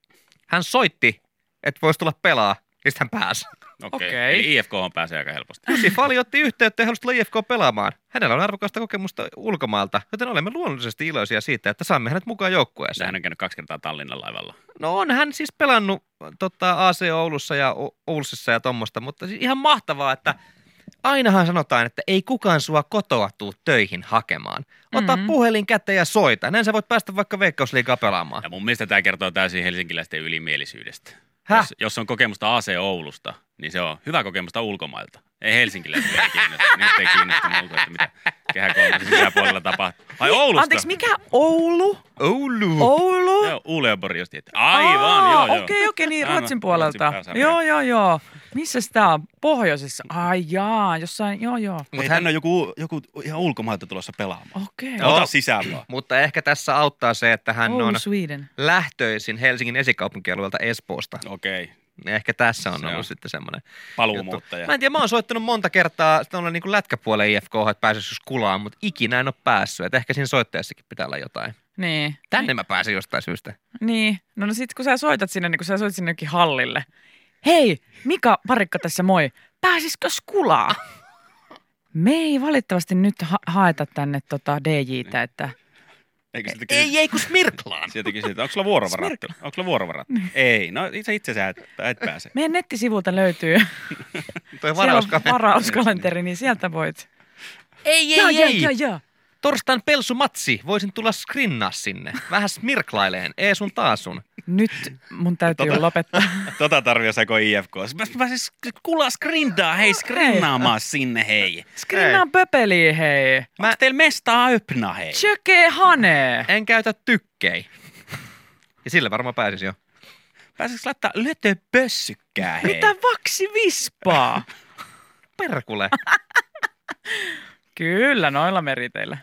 Speaker 4: Hän soitti, että voisi tulla pelaa, ja sitten hän pääsi.
Speaker 6: Okei.
Speaker 5: Okei.
Speaker 6: Eli IFK on pääsee aika helposti.
Speaker 4: Jussi Fali otti yhteyttä ja halusi tulla IFK pelaamaan. Hänellä on arvokasta kokemusta ulkomailta, joten olemme luonnollisesti iloisia siitä, että saamme hänet mukaan joukkueeseen.
Speaker 6: Sehän on käynyt kaksi kertaa Tallinnan laivalla.
Speaker 4: No on hän siis pelannut tota, AC Oulussa ja O- Oulussa ja tuommoista, mutta siis ihan mahtavaa, että ainahan sanotaan, että ei kukaan sua kotoa tuu töihin hakemaan. Ota
Speaker 5: Mhm.
Speaker 4: mm-hmm. puhelin käteen ja soita. Näin sä voit päästä vaikka Veikkausliigaa pelaamaan.
Speaker 6: Ja mun mielestä tämä kertoo täysin helsinkiläisten ylimielisyydestä.
Speaker 4: Häh?
Speaker 6: Jos, jos, on kokemusta AC Oulusta, niin se on hyvä kokemusta ulkomailta. Ei helsinkiläisiä ei kiinnosta. Niistä ei kiinnosta muuta, että mitä kehä kolmosen sisäpuolella tapahtuu. Ai Oulusta?
Speaker 5: Anteeksi, mikä Oulu?
Speaker 6: Oh.
Speaker 4: Oulu!
Speaker 5: Oulu?
Speaker 6: Joo, Uleborg just tietää. Aivan, joo, joo.
Speaker 5: Okei, okei, niin
Speaker 6: Aivan,
Speaker 5: Ruotsin puolelta.
Speaker 6: Ruotsin pääsarja.
Speaker 5: joo, joo, joo. Missä tämä on? Pohjoisessa? Ai jaa, jossain, joo, joo.
Speaker 4: Mut hän-
Speaker 6: Ei, hän on joku, joku ihan ulkomailta tulossa pelaamaan.
Speaker 5: Okei.
Speaker 4: Joo.
Speaker 6: Ota sisään vaan.
Speaker 4: Mutta ehkä tässä auttaa se, että hän
Speaker 5: Oulu,
Speaker 4: on
Speaker 5: Sweden.
Speaker 4: lähtöisin Helsingin esikaupunkialueelta Espoosta.
Speaker 6: Okei.
Speaker 4: Ja Ehkä tässä on
Speaker 6: No. Se
Speaker 4: ollut
Speaker 6: on.
Speaker 4: sitten semmoinen
Speaker 6: paluumuuttaja.
Speaker 4: Mä en tiedä, mä oon soittanut monta kertaa tuonne niin lätkäpuolen IFK, että pääsis joskus kulaan, mutta ikinä en ole päässyt. Et ehkä siinä soittajassakin pitää olla jotain.
Speaker 5: Niin.
Speaker 4: Tänne mä pääsin jostain syystä.
Speaker 5: Niin, no, no sit kun sä soitat sinne, niin kun sä soit sinnekin hallille. Hei, Mika Parikka tässä moi. Pääsisikö skulaa? Me ei valitettavasti nyt ha- haeta tänne tota DJtä, että
Speaker 6: Eikö siltä kysy-
Speaker 4: Ei, ei kun Smirklaan.
Speaker 6: Sieltä kysytään, onko sulla vuorovaratti? Onko sulla vuorovaratti? Ei, no itse itse sä et, et pääse.
Speaker 5: meidän nettisivuilta löytyy
Speaker 4: Toi
Speaker 5: Siellä on
Speaker 4: varauskamera.
Speaker 5: varauskalenteri, niin sieltä voit.
Speaker 4: Ei, ei,
Speaker 5: Jaa, jaa,
Speaker 4: ei.
Speaker 5: jaa, jaa.
Speaker 4: Torstain pelsumatsi. Voisin tulla skrinnaa sinne. Vähän smirklaileen. Ei sun taas sun.
Speaker 5: Nyt mun täytyy
Speaker 6: Tota-
Speaker 5: lopettaa.
Speaker 6: Tota tarvii saiko IFK. Mä, mä siis kuulla skrindaa, hei skrinnaamaan sinne, hei.
Speaker 5: Skrinnaan pöpeliä, hei.
Speaker 6: Mä... Onks teillä mestaa öppna, hei?
Speaker 5: Tjökee hane.
Speaker 4: En käytä tykkei. Ja sillä varmaan pääsis jo.
Speaker 6: Pääsitkö laittaa lötö pössykkää, hei?
Speaker 5: Mitä vaksi vispaa?
Speaker 4: Perkule.
Speaker 5: Kyllä, noilla meriteillä.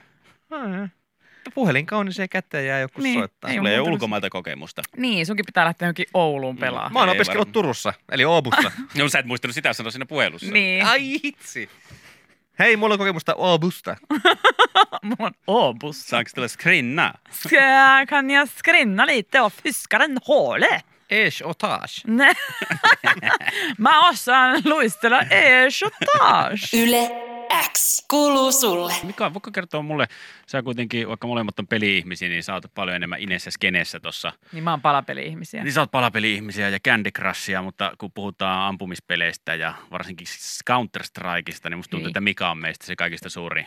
Speaker 4: Puhelin kauniseen käteen ja joku
Speaker 5: Niin,
Speaker 4: soittaa.
Speaker 5: ei
Speaker 6: Mulla ei ole
Speaker 5: muuta
Speaker 6: ulkomailta kokemusta.
Speaker 5: Niin, sunkin pitää lähteä johonkin
Speaker 6: Mm.
Speaker 5: Ouluun pelaamaan.
Speaker 4: Mä oon
Speaker 6: Ei
Speaker 4: opiskellut
Speaker 6: varmaan.
Speaker 4: Turussa, eli Oobussa.
Speaker 6: No sä et muistanut sitä sanoa siinä puhelussa.
Speaker 5: Niin,
Speaker 4: Ai hitsi. Hei, mulla on kokemusta Oobusta.
Speaker 5: mulla on Åbus.
Speaker 6: Saanko tulla skrinnaa?
Speaker 5: Ska- Kan jag skrinna lite och fiska en håle?
Speaker 4: Esh otage.
Speaker 5: Nej. Mä osaan luistella e-shotage.
Speaker 2: Yle X kuuluu sulle.
Speaker 6: Mika, voitko kertoa mulle, sä kuitenkin, vaikka molemmat on peli-ihmisiä, niin sä oot paljon enemmän Inessä skenessä tossa.
Speaker 5: Niin mä oon palapeli-ihmisiä.
Speaker 6: Niin sä oot palapeli-ihmisiä ja Candy Crushia, mutta kun puhutaan ampumispeleistä ja varsinkin siis Counter-Strikeista, niin musta tuntuu,
Speaker 5: Niin.
Speaker 6: että Mika on meistä se kaikista suuri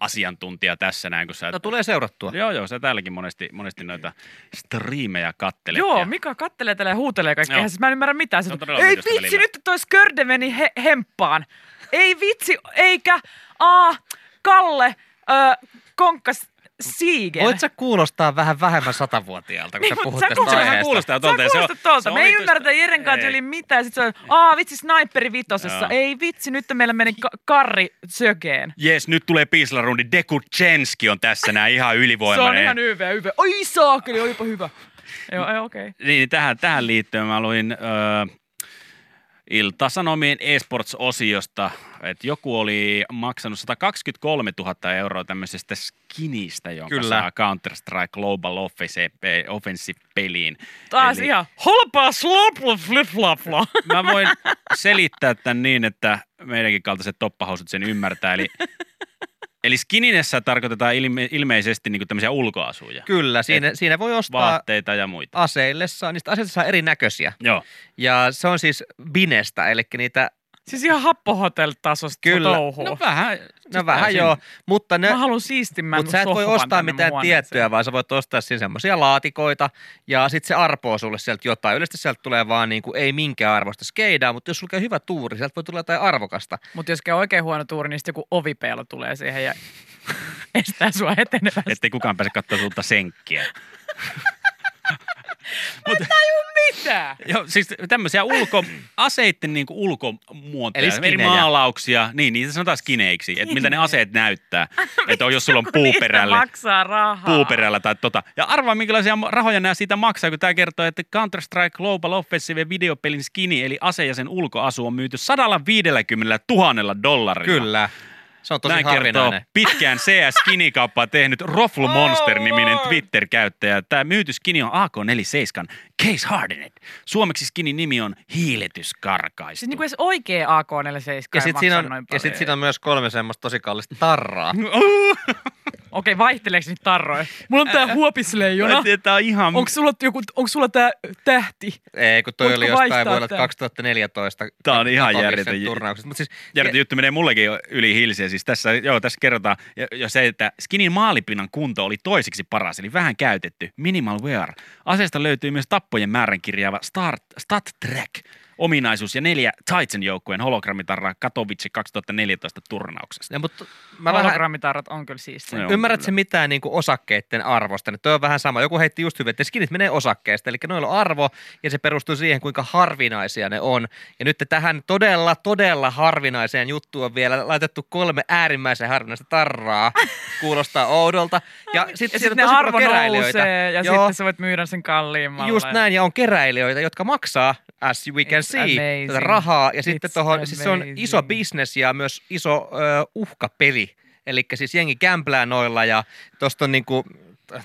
Speaker 6: asiantuntija tässä näin, kun sä...
Speaker 4: No tulee seurattua.
Speaker 6: Joo, joo, sä täälläkin monesti, monesti noita striimejä kattelet.
Speaker 5: Joo,
Speaker 6: ja...
Speaker 5: Mika kattelee tällä ja huutelee kaikkea.
Speaker 6: Joo.
Speaker 5: Eihän siis mä en ymmärrä mitään.
Speaker 6: Se on
Speaker 5: Sitä.
Speaker 6: todella
Speaker 5: Ei
Speaker 6: mielenkiintoista
Speaker 5: vitsi,
Speaker 6: välillä.
Speaker 5: nyt toi skörde meni he- hemppaan. Ei vitsi, eikä. A, Kalle, ö, konkkas Siigen.
Speaker 4: Voit sä kuulostaa vähän vähemmän satavuotiaalta, kun sä
Speaker 5: Niin, mut
Speaker 4: puhut
Speaker 5: sä
Speaker 4: tästä
Speaker 5: kuulostat-
Speaker 6: Vähän
Speaker 4: aiheesta.
Speaker 6: kuulostaa
Speaker 5: Sä
Speaker 6: tuolta. ja se on-
Speaker 5: kuulostat tuolta.
Speaker 6: se on
Speaker 5: Me ei
Speaker 6: omituista.
Speaker 5: ymmärretä Jerenkaan
Speaker 6: Ei.
Speaker 5: tyyli mitään. Sitten se on, aa vitsi, sniperi vitosessa.
Speaker 6: Joo.
Speaker 5: Ei vitsi, nyt meillä meni ka- karri sökeen.
Speaker 6: Jes, nyt tulee piislarundi. Dekutsenski on tässä näin ihan
Speaker 5: Se
Speaker 6: ylivoimainen.
Speaker 5: on ihan hyvä, hyvä. Oi saakeli, olipa hyvä. Joo, ei, okei. Okay.
Speaker 6: Niin, tähän, tähän liittyen mä luin öö, Ilta-Sanomien eSports-osiosta, että joku oli maksanut 123 000 euroa tämmöisestä skinistä, jonka
Speaker 4: Kyllä.
Speaker 6: Kyllä. saa Counter-Strike Global Offensive, eh, Offensive-peliin.
Speaker 5: Taas
Speaker 6: Eli-
Speaker 5: ihan holpaa slopla flip-flapla.
Speaker 6: Mä voin selittää tämän niin, että meidänkin kaltaiset toppahousut sen ymmärtää. Eli, eli skininessä tarkoitetaan ilme, ilmeisesti niin tämmöisiä ulkoasuja,
Speaker 4: Kyllä, siinä, siinä voi ostaa
Speaker 6: vaatteita ja muita.
Speaker 4: aseille. Saa, niistä aseista saa erinäköisiä.
Speaker 6: Joo.
Speaker 4: Ja se on siis binestä, eli niitä,
Speaker 5: Siis ihan happohotel-tasosta
Speaker 4: Kyllä.
Speaker 5: touhua.
Speaker 6: No vähän.
Speaker 4: no vähän joo, mutta ne,
Speaker 5: Mä haluan siistimmän
Speaker 4: Mutta sä et voi
Speaker 5: sohvan
Speaker 4: ostaa
Speaker 5: tänne mun
Speaker 4: mitään
Speaker 5: huoneeseen.
Speaker 4: tiettyä, vaan sä voit ostaa siinä semmoisia laatikoita ja sitten se arpoo sulle sieltä jotain. Yleensä sieltä tulee vaan niinku, ei minkään arvosta skeidaa, mutta jos sulla käy hyvä tuuri, sieltä voi tulla jotain arvokasta.
Speaker 5: Mutta jos käy oikein huono tuuri, niin sit joku ovipeilo tulee siihen ja estää sua etenevästä.
Speaker 6: Ettei kukaan pääse katsoa sulta senkkiä.
Speaker 5: Mitä?
Speaker 6: Joo, siis tämmöisiä ulko, aseitten niin kuin ulkomuotoja,
Speaker 4: Eli
Speaker 6: eri
Speaker 4: skinejä.
Speaker 6: maalauksia, niin niitä sanotaan skineiksi, että miltä ne aseet näyttää. että on, jos sulla on
Speaker 5: Kun niistä
Speaker 6: puuperälle,
Speaker 5: maksaa rahaa.
Speaker 6: puuperällä tai tota. Ja arvaa, minkälaisia ma- rahoja nämä siitä maksaa, kun tämä kertoo, että Counter-Strike Global Offensive videopelin skini, eli ase ja sen ulkoasu on myyty 150 000 dollarilla.
Speaker 4: Kyllä. Se on tosi
Speaker 6: Näin kertoo
Speaker 4: harvinainen.
Speaker 6: pitkään cs skinikauppa tehnyt Ruffle Monster-niminen Twitter-käyttäjä. Tämä myyty skini on AK-47 Case Hardened. Suomeksi skinin nimi on Hiiletyskarkaistu.
Speaker 5: Siis niinku edes oikea AK-47
Speaker 4: Ja
Speaker 5: ei
Speaker 4: sitten siinä,
Speaker 5: maksa
Speaker 4: on,
Speaker 5: noin
Speaker 4: ja
Speaker 5: paljon.
Speaker 4: sit siinä on myös kolme semmoista tosi kallista tarraa.
Speaker 5: Okei, vaihteleeko niitä tarroja? Mulla on tää huopisleijona.
Speaker 6: Tämä on ihan...
Speaker 5: Onko sulla, joku, onko sulla tää tähti?
Speaker 4: Ei, kun toi
Speaker 5: Voitko
Speaker 4: oli jostain
Speaker 5: vaihtaa
Speaker 4: vuodelta
Speaker 5: tää?
Speaker 4: 2014.
Speaker 6: Tää on ihan
Speaker 4: Katowice
Speaker 6: järjetön ju-
Speaker 4: turnauksesta. Mut siis,
Speaker 6: Järjetön juttu menee mullekin jo yli hilsiä. Siis tässä, joo, tässä kerrotaan jo- jo se, että skinin maalipinnan kunto oli toiseksi paras, eli vähän käytetty. Minimal wear. Aseesta löytyy myös tappojen määrän kirjaava start, stat track ominaisuus ja neljä Titan joukkueen hologrammitarraa Katowice 2014 turnauksesta.
Speaker 4: ja, mutta mä
Speaker 5: Mä
Speaker 4: vähän,
Speaker 5: Hologrammitarrat on kyllä siistiä.
Speaker 6: Joo,
Speaker 4: Ymmärrätkö
Speaker 6: kyllä.
Speaker 4: mitään niin osakkeiden arvosta? Niin Tuo on vähän sama. Joku heitti just hyvin, että ne skinit menee osakkeesta. Eli noilla on arvo ja se perustuu siihen, kuinka harvinaisia ne on. Ja nyt tähän todella, todella harvinaiseen juttuun on vielä laitettu kolme äärimmäisen harvinaista tarraa. Kuulostaa oudolta. Ja
Speaker 5: Ja
Speaker 4: sitten
Speaker 5: sitten
Speaker 4: sit
Speaker 5: ne
Speaker 4: ne
Speaker 5: arvo
Speaker 4: arvo keräilijöitä.
Speaker 5: nousee ja
Speaker 4: Joo,
Speaker 5: sitten sä voit myydä sen kalliimmalle.
Speaker 4: just näin. Ja on keräilijöitä, jotka maksaa, as we can Sea tätä
Speaker 5: amazing.
Speaker 4: rahaa ja sitten
Speaker 5: It's
Speaker 4: tuohon, siis se on iso
Speaker 5: amazing.
Speaker 4: bisnes ja myös iso ö, uhkapeli. Eli siis jengi kämplää noilla ja tuosta on niinku,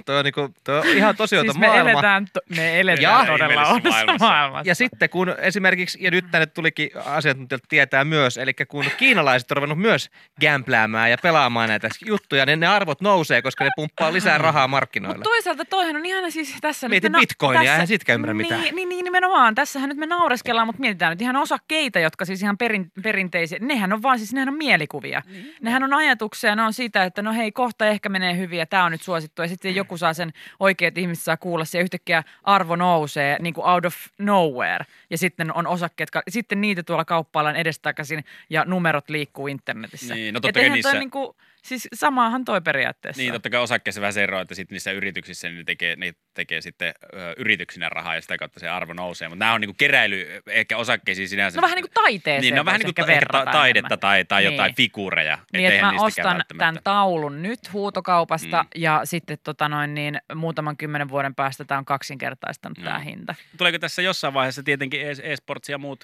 Speaker 4: toi on niinku, toi on ihan tosioita
Speaker 5: Siis me
Speaker 4: maailma.
Speaker 5: eletään, to- me eletään
Speaker 4: Ja-
Speaker 5: todella
Speaker 6: ihmeellisessä
Speaker 5: onnessa
Speaker 6: maailmassa.
Speaker 5: maailmassa.
Speaker 4: Ja sitten kun esimerkiksi, ja nyt tänne tulikin asiantuntijat tietää myös, eli kun kiinalaiset on ruvennut myös gämpläämään ja pelaamaan näitä juttuja, niin ne arvot nousee, koska ne pumppaa lisää rahaa markkinoille.
Speaker 5: Mutta toisaalta toihan on ihan siis tässä... nyt
Speaker 4: Mieti
Speaker 5: me na-
Speaker 4: bitcoinia,
Speaker 5: tässä-
Speaker 4: eihän siitäkään ymmärrä mitään.
Speaker 5: Niin, niin, niin nimenomaan. Tässähän nyt me naureskellaan, mutta mietitään nyt ihan osakkeita, jotka siis ihan perin, perinteisiä. Nehän on vaan siis, nehän on mielikuvia. Niin, nehän on ajatuksia, ne on siitä, että no hei, kohta ehkä menee hyvin ja tämä on nyt suosittu. Ja
Speaker 6: Niin.
Speaker 5: sitten joku saa sen, oikeat ihmiset saa kuulla se ja yhtäkkiä arvo nousee niin kuin out of nowhere. Ja sitten on osakkeet, ka- sitten niitä tuolla kauppaillaan edestakaisin ja numerot liikkuu internetissä.
Speaker 6: Niin, no totta
Speaker 5: Et
Speaker 6: kai
Speaker 5: eihän toi
Speaker 6: niissä-
Speaker 5: Niin kuin, siis samaahan toi periaatteessa.
Speaker 6: Niin, totta kai osakkeessa vähän se ero, että sitten niissä yrityksissä niin ne tekee, ne tekee sitten ö, yrityksinä rahaa ja sitä kautta se arvo nousee. Mutta nämä on niinku keräily, ehkä osakkeisiin sinänsä.
Speaker 5: No vähän niin kuin taiteeseen
Speaker 6: Niin, ne on vähän
Speaker 5: voisi
Speaker 6: niin kuin
Speaker 5: ehkä verrata
Speaker 6: taidetta
Speaker 5: enemmän.
Speaker 6: tai, tai
Speaker 5: Niin.
Speaker 6: jotain figuureja. Et
Speaker 5: Niin, että
Speaker 6: eihän
Speaker 5: mä
Speaker 6: niistäkään
Speaker 5: ostan
Speaker 6: välttämättä-
Speaker 5: tämän taulun nyt huutokaupasta
Speaker 6: Mm.
Speaker 5: mm. ja sitten tota noin, niin muutaman kymmenen vuoden päästä tämä on kaksinkertaistanut
Speaker 6: Joo.
Speaker 5: tämä hinta.
Speaker 6: Tuleeko tässä jossain vaiheessa tietenkin e- e-sports ja muut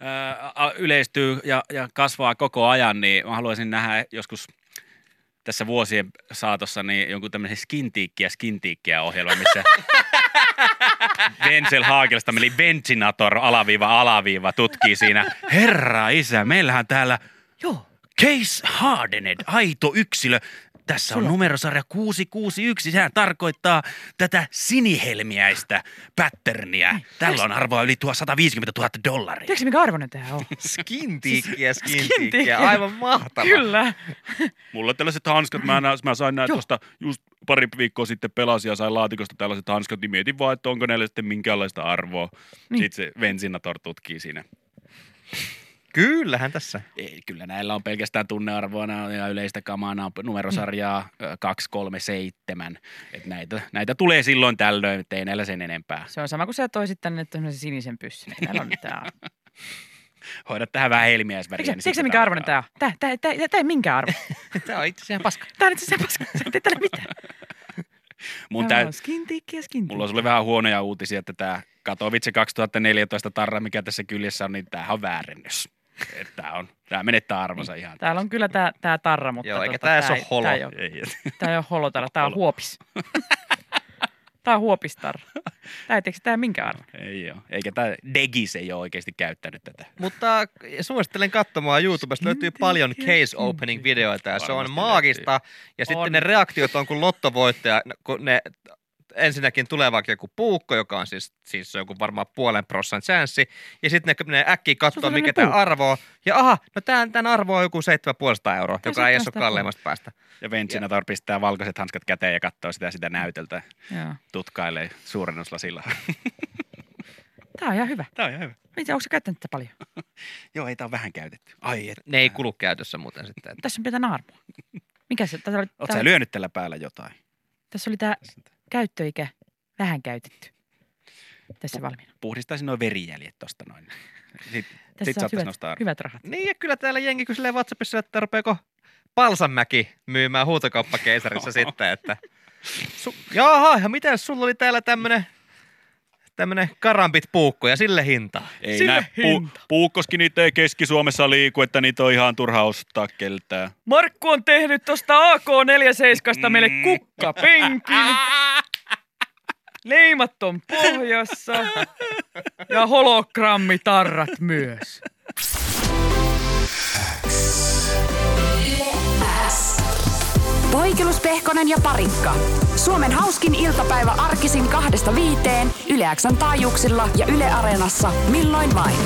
Speaker 6: ää, a- yleistyy ja, ja kasvaa koko ajan, niin mä haluaisin nähdä joskus tässä vuosien saatossa niin jonkun tämmöisen skintiikkiä skintiikkiä ohjelma, missä Denzel Haakelsta, eli Ventinator alaviiva alaviiva tutkii siinä. Herra isä, meillähän täällä Joo. Case Hardened, aito yksilö. Tässä on numerosarja 661. Sehän tarkoittaa tätä sinihelmiäistä patternia. Tällä on arvoa yli tuo 150 000 dollaria.
Speaker 5: Tiedätkö mikä arvoinen tämä on?
Speaker 4: Skintiikkiä, skintiikkiä,
Speaker 5: Siis skintiikkiä.
Speaker 4: aivan mahtavaa.
Speaker 5: Kyllä.
Speaker 6: Mulla on tällaiset hanskat, mä, nä- mä sain näitä tuosta just pari viikkoa sitten pelasin ja sain laatikosta tällaiset hanskat, niin mietin vaan, että onko näillä sitten minkäänlaista arvoa.
Speaker 5: Niin.
Speaker 6: Sitten se Vensinator tutkii siinä.
Speaker 4: Kyllähän tässä.
Speaker 6: Ei, kyllä näillä on pelkästään tunnearvoa, nämä on ihan yleistä kamaa, nämä on numerosarjaa
Speaker 5: Mm.
Speaker 6: ö, 237. Et näitä, näitä tulee silloin tällöin, ettei näillä sen enempää.
Speaker 5: Se on sama kuin sä toisit tänne tämmöisen sinisen pyssyn. Ei Täällä on nyt tämä.
Speaker 6: Hoida tähän vähän helmiäisväriä.
Speaker 5: Tiedätkö
Speaker 6: niin
Speaker 5: tiedätkö
Speaker 6: sitten
Speaker 5: mikä arvoinen
Speaker 6: tää
Speaker 5: tämä on? Tämä, tämä, tämä, tämä ei minkään arvo.
Speaker 4: Tämä on itse asiassa paska.
Speaker 5: Tämä on itse asiassa paska. Sä et tee tälle mitään.
Speaker 6: alkaa. Mun
Speaker 5: Tämä
Speaker 6: tää,
Speaker 5: on skintiikki ja
Speaker 6: mulla on
Speaker 5: skintiikki.
Speaker 6: sulle vähän huonoja uutisia, että tämä Katowice 2014 tarra, mikä tässä kyljessä on, niin tämähän on väärennys. Tämä on, tää menettää arvonsa ihan.
Speaker 5: Täällä on kyllä tämä, tämä tarra, mutta
Speaker 4: Joo, eikä
Speaker 5: tota,
Speaker 4: tää edes
Speaker 5: ei-
Speaker 4: ole holo.
Speaker 5: Tämä ei ole,
Speaker 6: Ei, et-
Speaker 5: tämä ei ole holotarra, tämä on
Speaker 6: Holo.
Speaker 5: huopis. Tämä on huopistarra. Tämä ei, tiedätkö, tämä ei minkään arvo.
Speaker 6: ei ole. Eikä tämä Degis ei ole oikeasti käyttänyt tätä.
Speaker 4: Mutta suosittelen katsomaan YouTubesta. Löytyy paljon case opening videoita ja se on
Speaker 6: Varmasti
Speaker 4: maagista. Ja sitten
Speaker 5: On.
Speaker 4: ne reaktiot on kuin lottovoittaja, no, kun ne ensinnäkin tulee vaikka joku puukko, joka on siis, siis joku varmaan puolen prossan chanssi. Ja sitten ne, ne äkkiä katsoo,
Speaker 5: sellainen
Speaker 4: mikä tämä
Speaker 5: puukko.
Speaker 4: arvo on. Ja aha, no tämän, tämän arvo on joku 750 euroa,
Speaker 5: Tai
Speaker 4: joka ei edes
Speaker 5: 700
Speaker 4: ole kalleimmasta päästä.
Speaker 6: Ja Ventinator pistää valkoiset hanskat käteen ja katsoo sitä, sitä näytöltä.
Speaker 5: Joo.
Speaker 6: tutkailee suurennuslasilla.
Speaker 5: Tämä on ihan hyvä.
Speaker 6: Tämä on ihan hyvä.
Speaker 5: Mitä, onko sä käyttänyt tätä paljon?
Speaker 6: Joo, ei tämä ole vähän käytetty. Ai et.
Speaker 4: Ne ei kulu käytössä muuten sitten. että-
Speaker 5: Tässä on pientä naarmua. Mikä se? Tässä oli,
Speaker 6: Oletko
Speaker 5: tää,
Speaker 6: sä lyönyt tällä päällä jotain?
Speaker 5: tässä oli tämä käyttöikä vähän käytetty. Tässä valmiina.
Speaker 6: Puhdistaisin nuo verijäljet tosta noin. Sitten sit
Speaker 5: Tässä on
Speaker 6: saattaisi
Speaker 5: hyvät,
Speaker 6: nostaa arvoa.
Speaker 5: hyvät rahat.
Speaker 4: Niin ja kyllä täällä jengi kyselee WhatsAppissa, että rupeeko Palsanmäki myymään huutokauppakeisarissa sitten, että su- jaha, ja miten sulla oli täällä tämmönen, tämmönen karambit puukko ja sille hintaa?
Speaker 6: Ei
Speaker 4: sille
Speaker 6: näin. Pu- puukkoskin niitä ei Keski-Suomessa liiku, että niitä on ihan turha ostaa keltää.
Speaker 5: Markku on tehnyt tuosta AK47 meille kukkapenkin. Leimat on pohjassa. Ja hologrammitarrat myös.
Speaker 3: Poikelus, Pehkonen ja Parikka. Suomen hauskin iltapäivä arkisin kahdesta viiteen Yle Xn taajuuksilla ja Yle Areenassa milloin vain.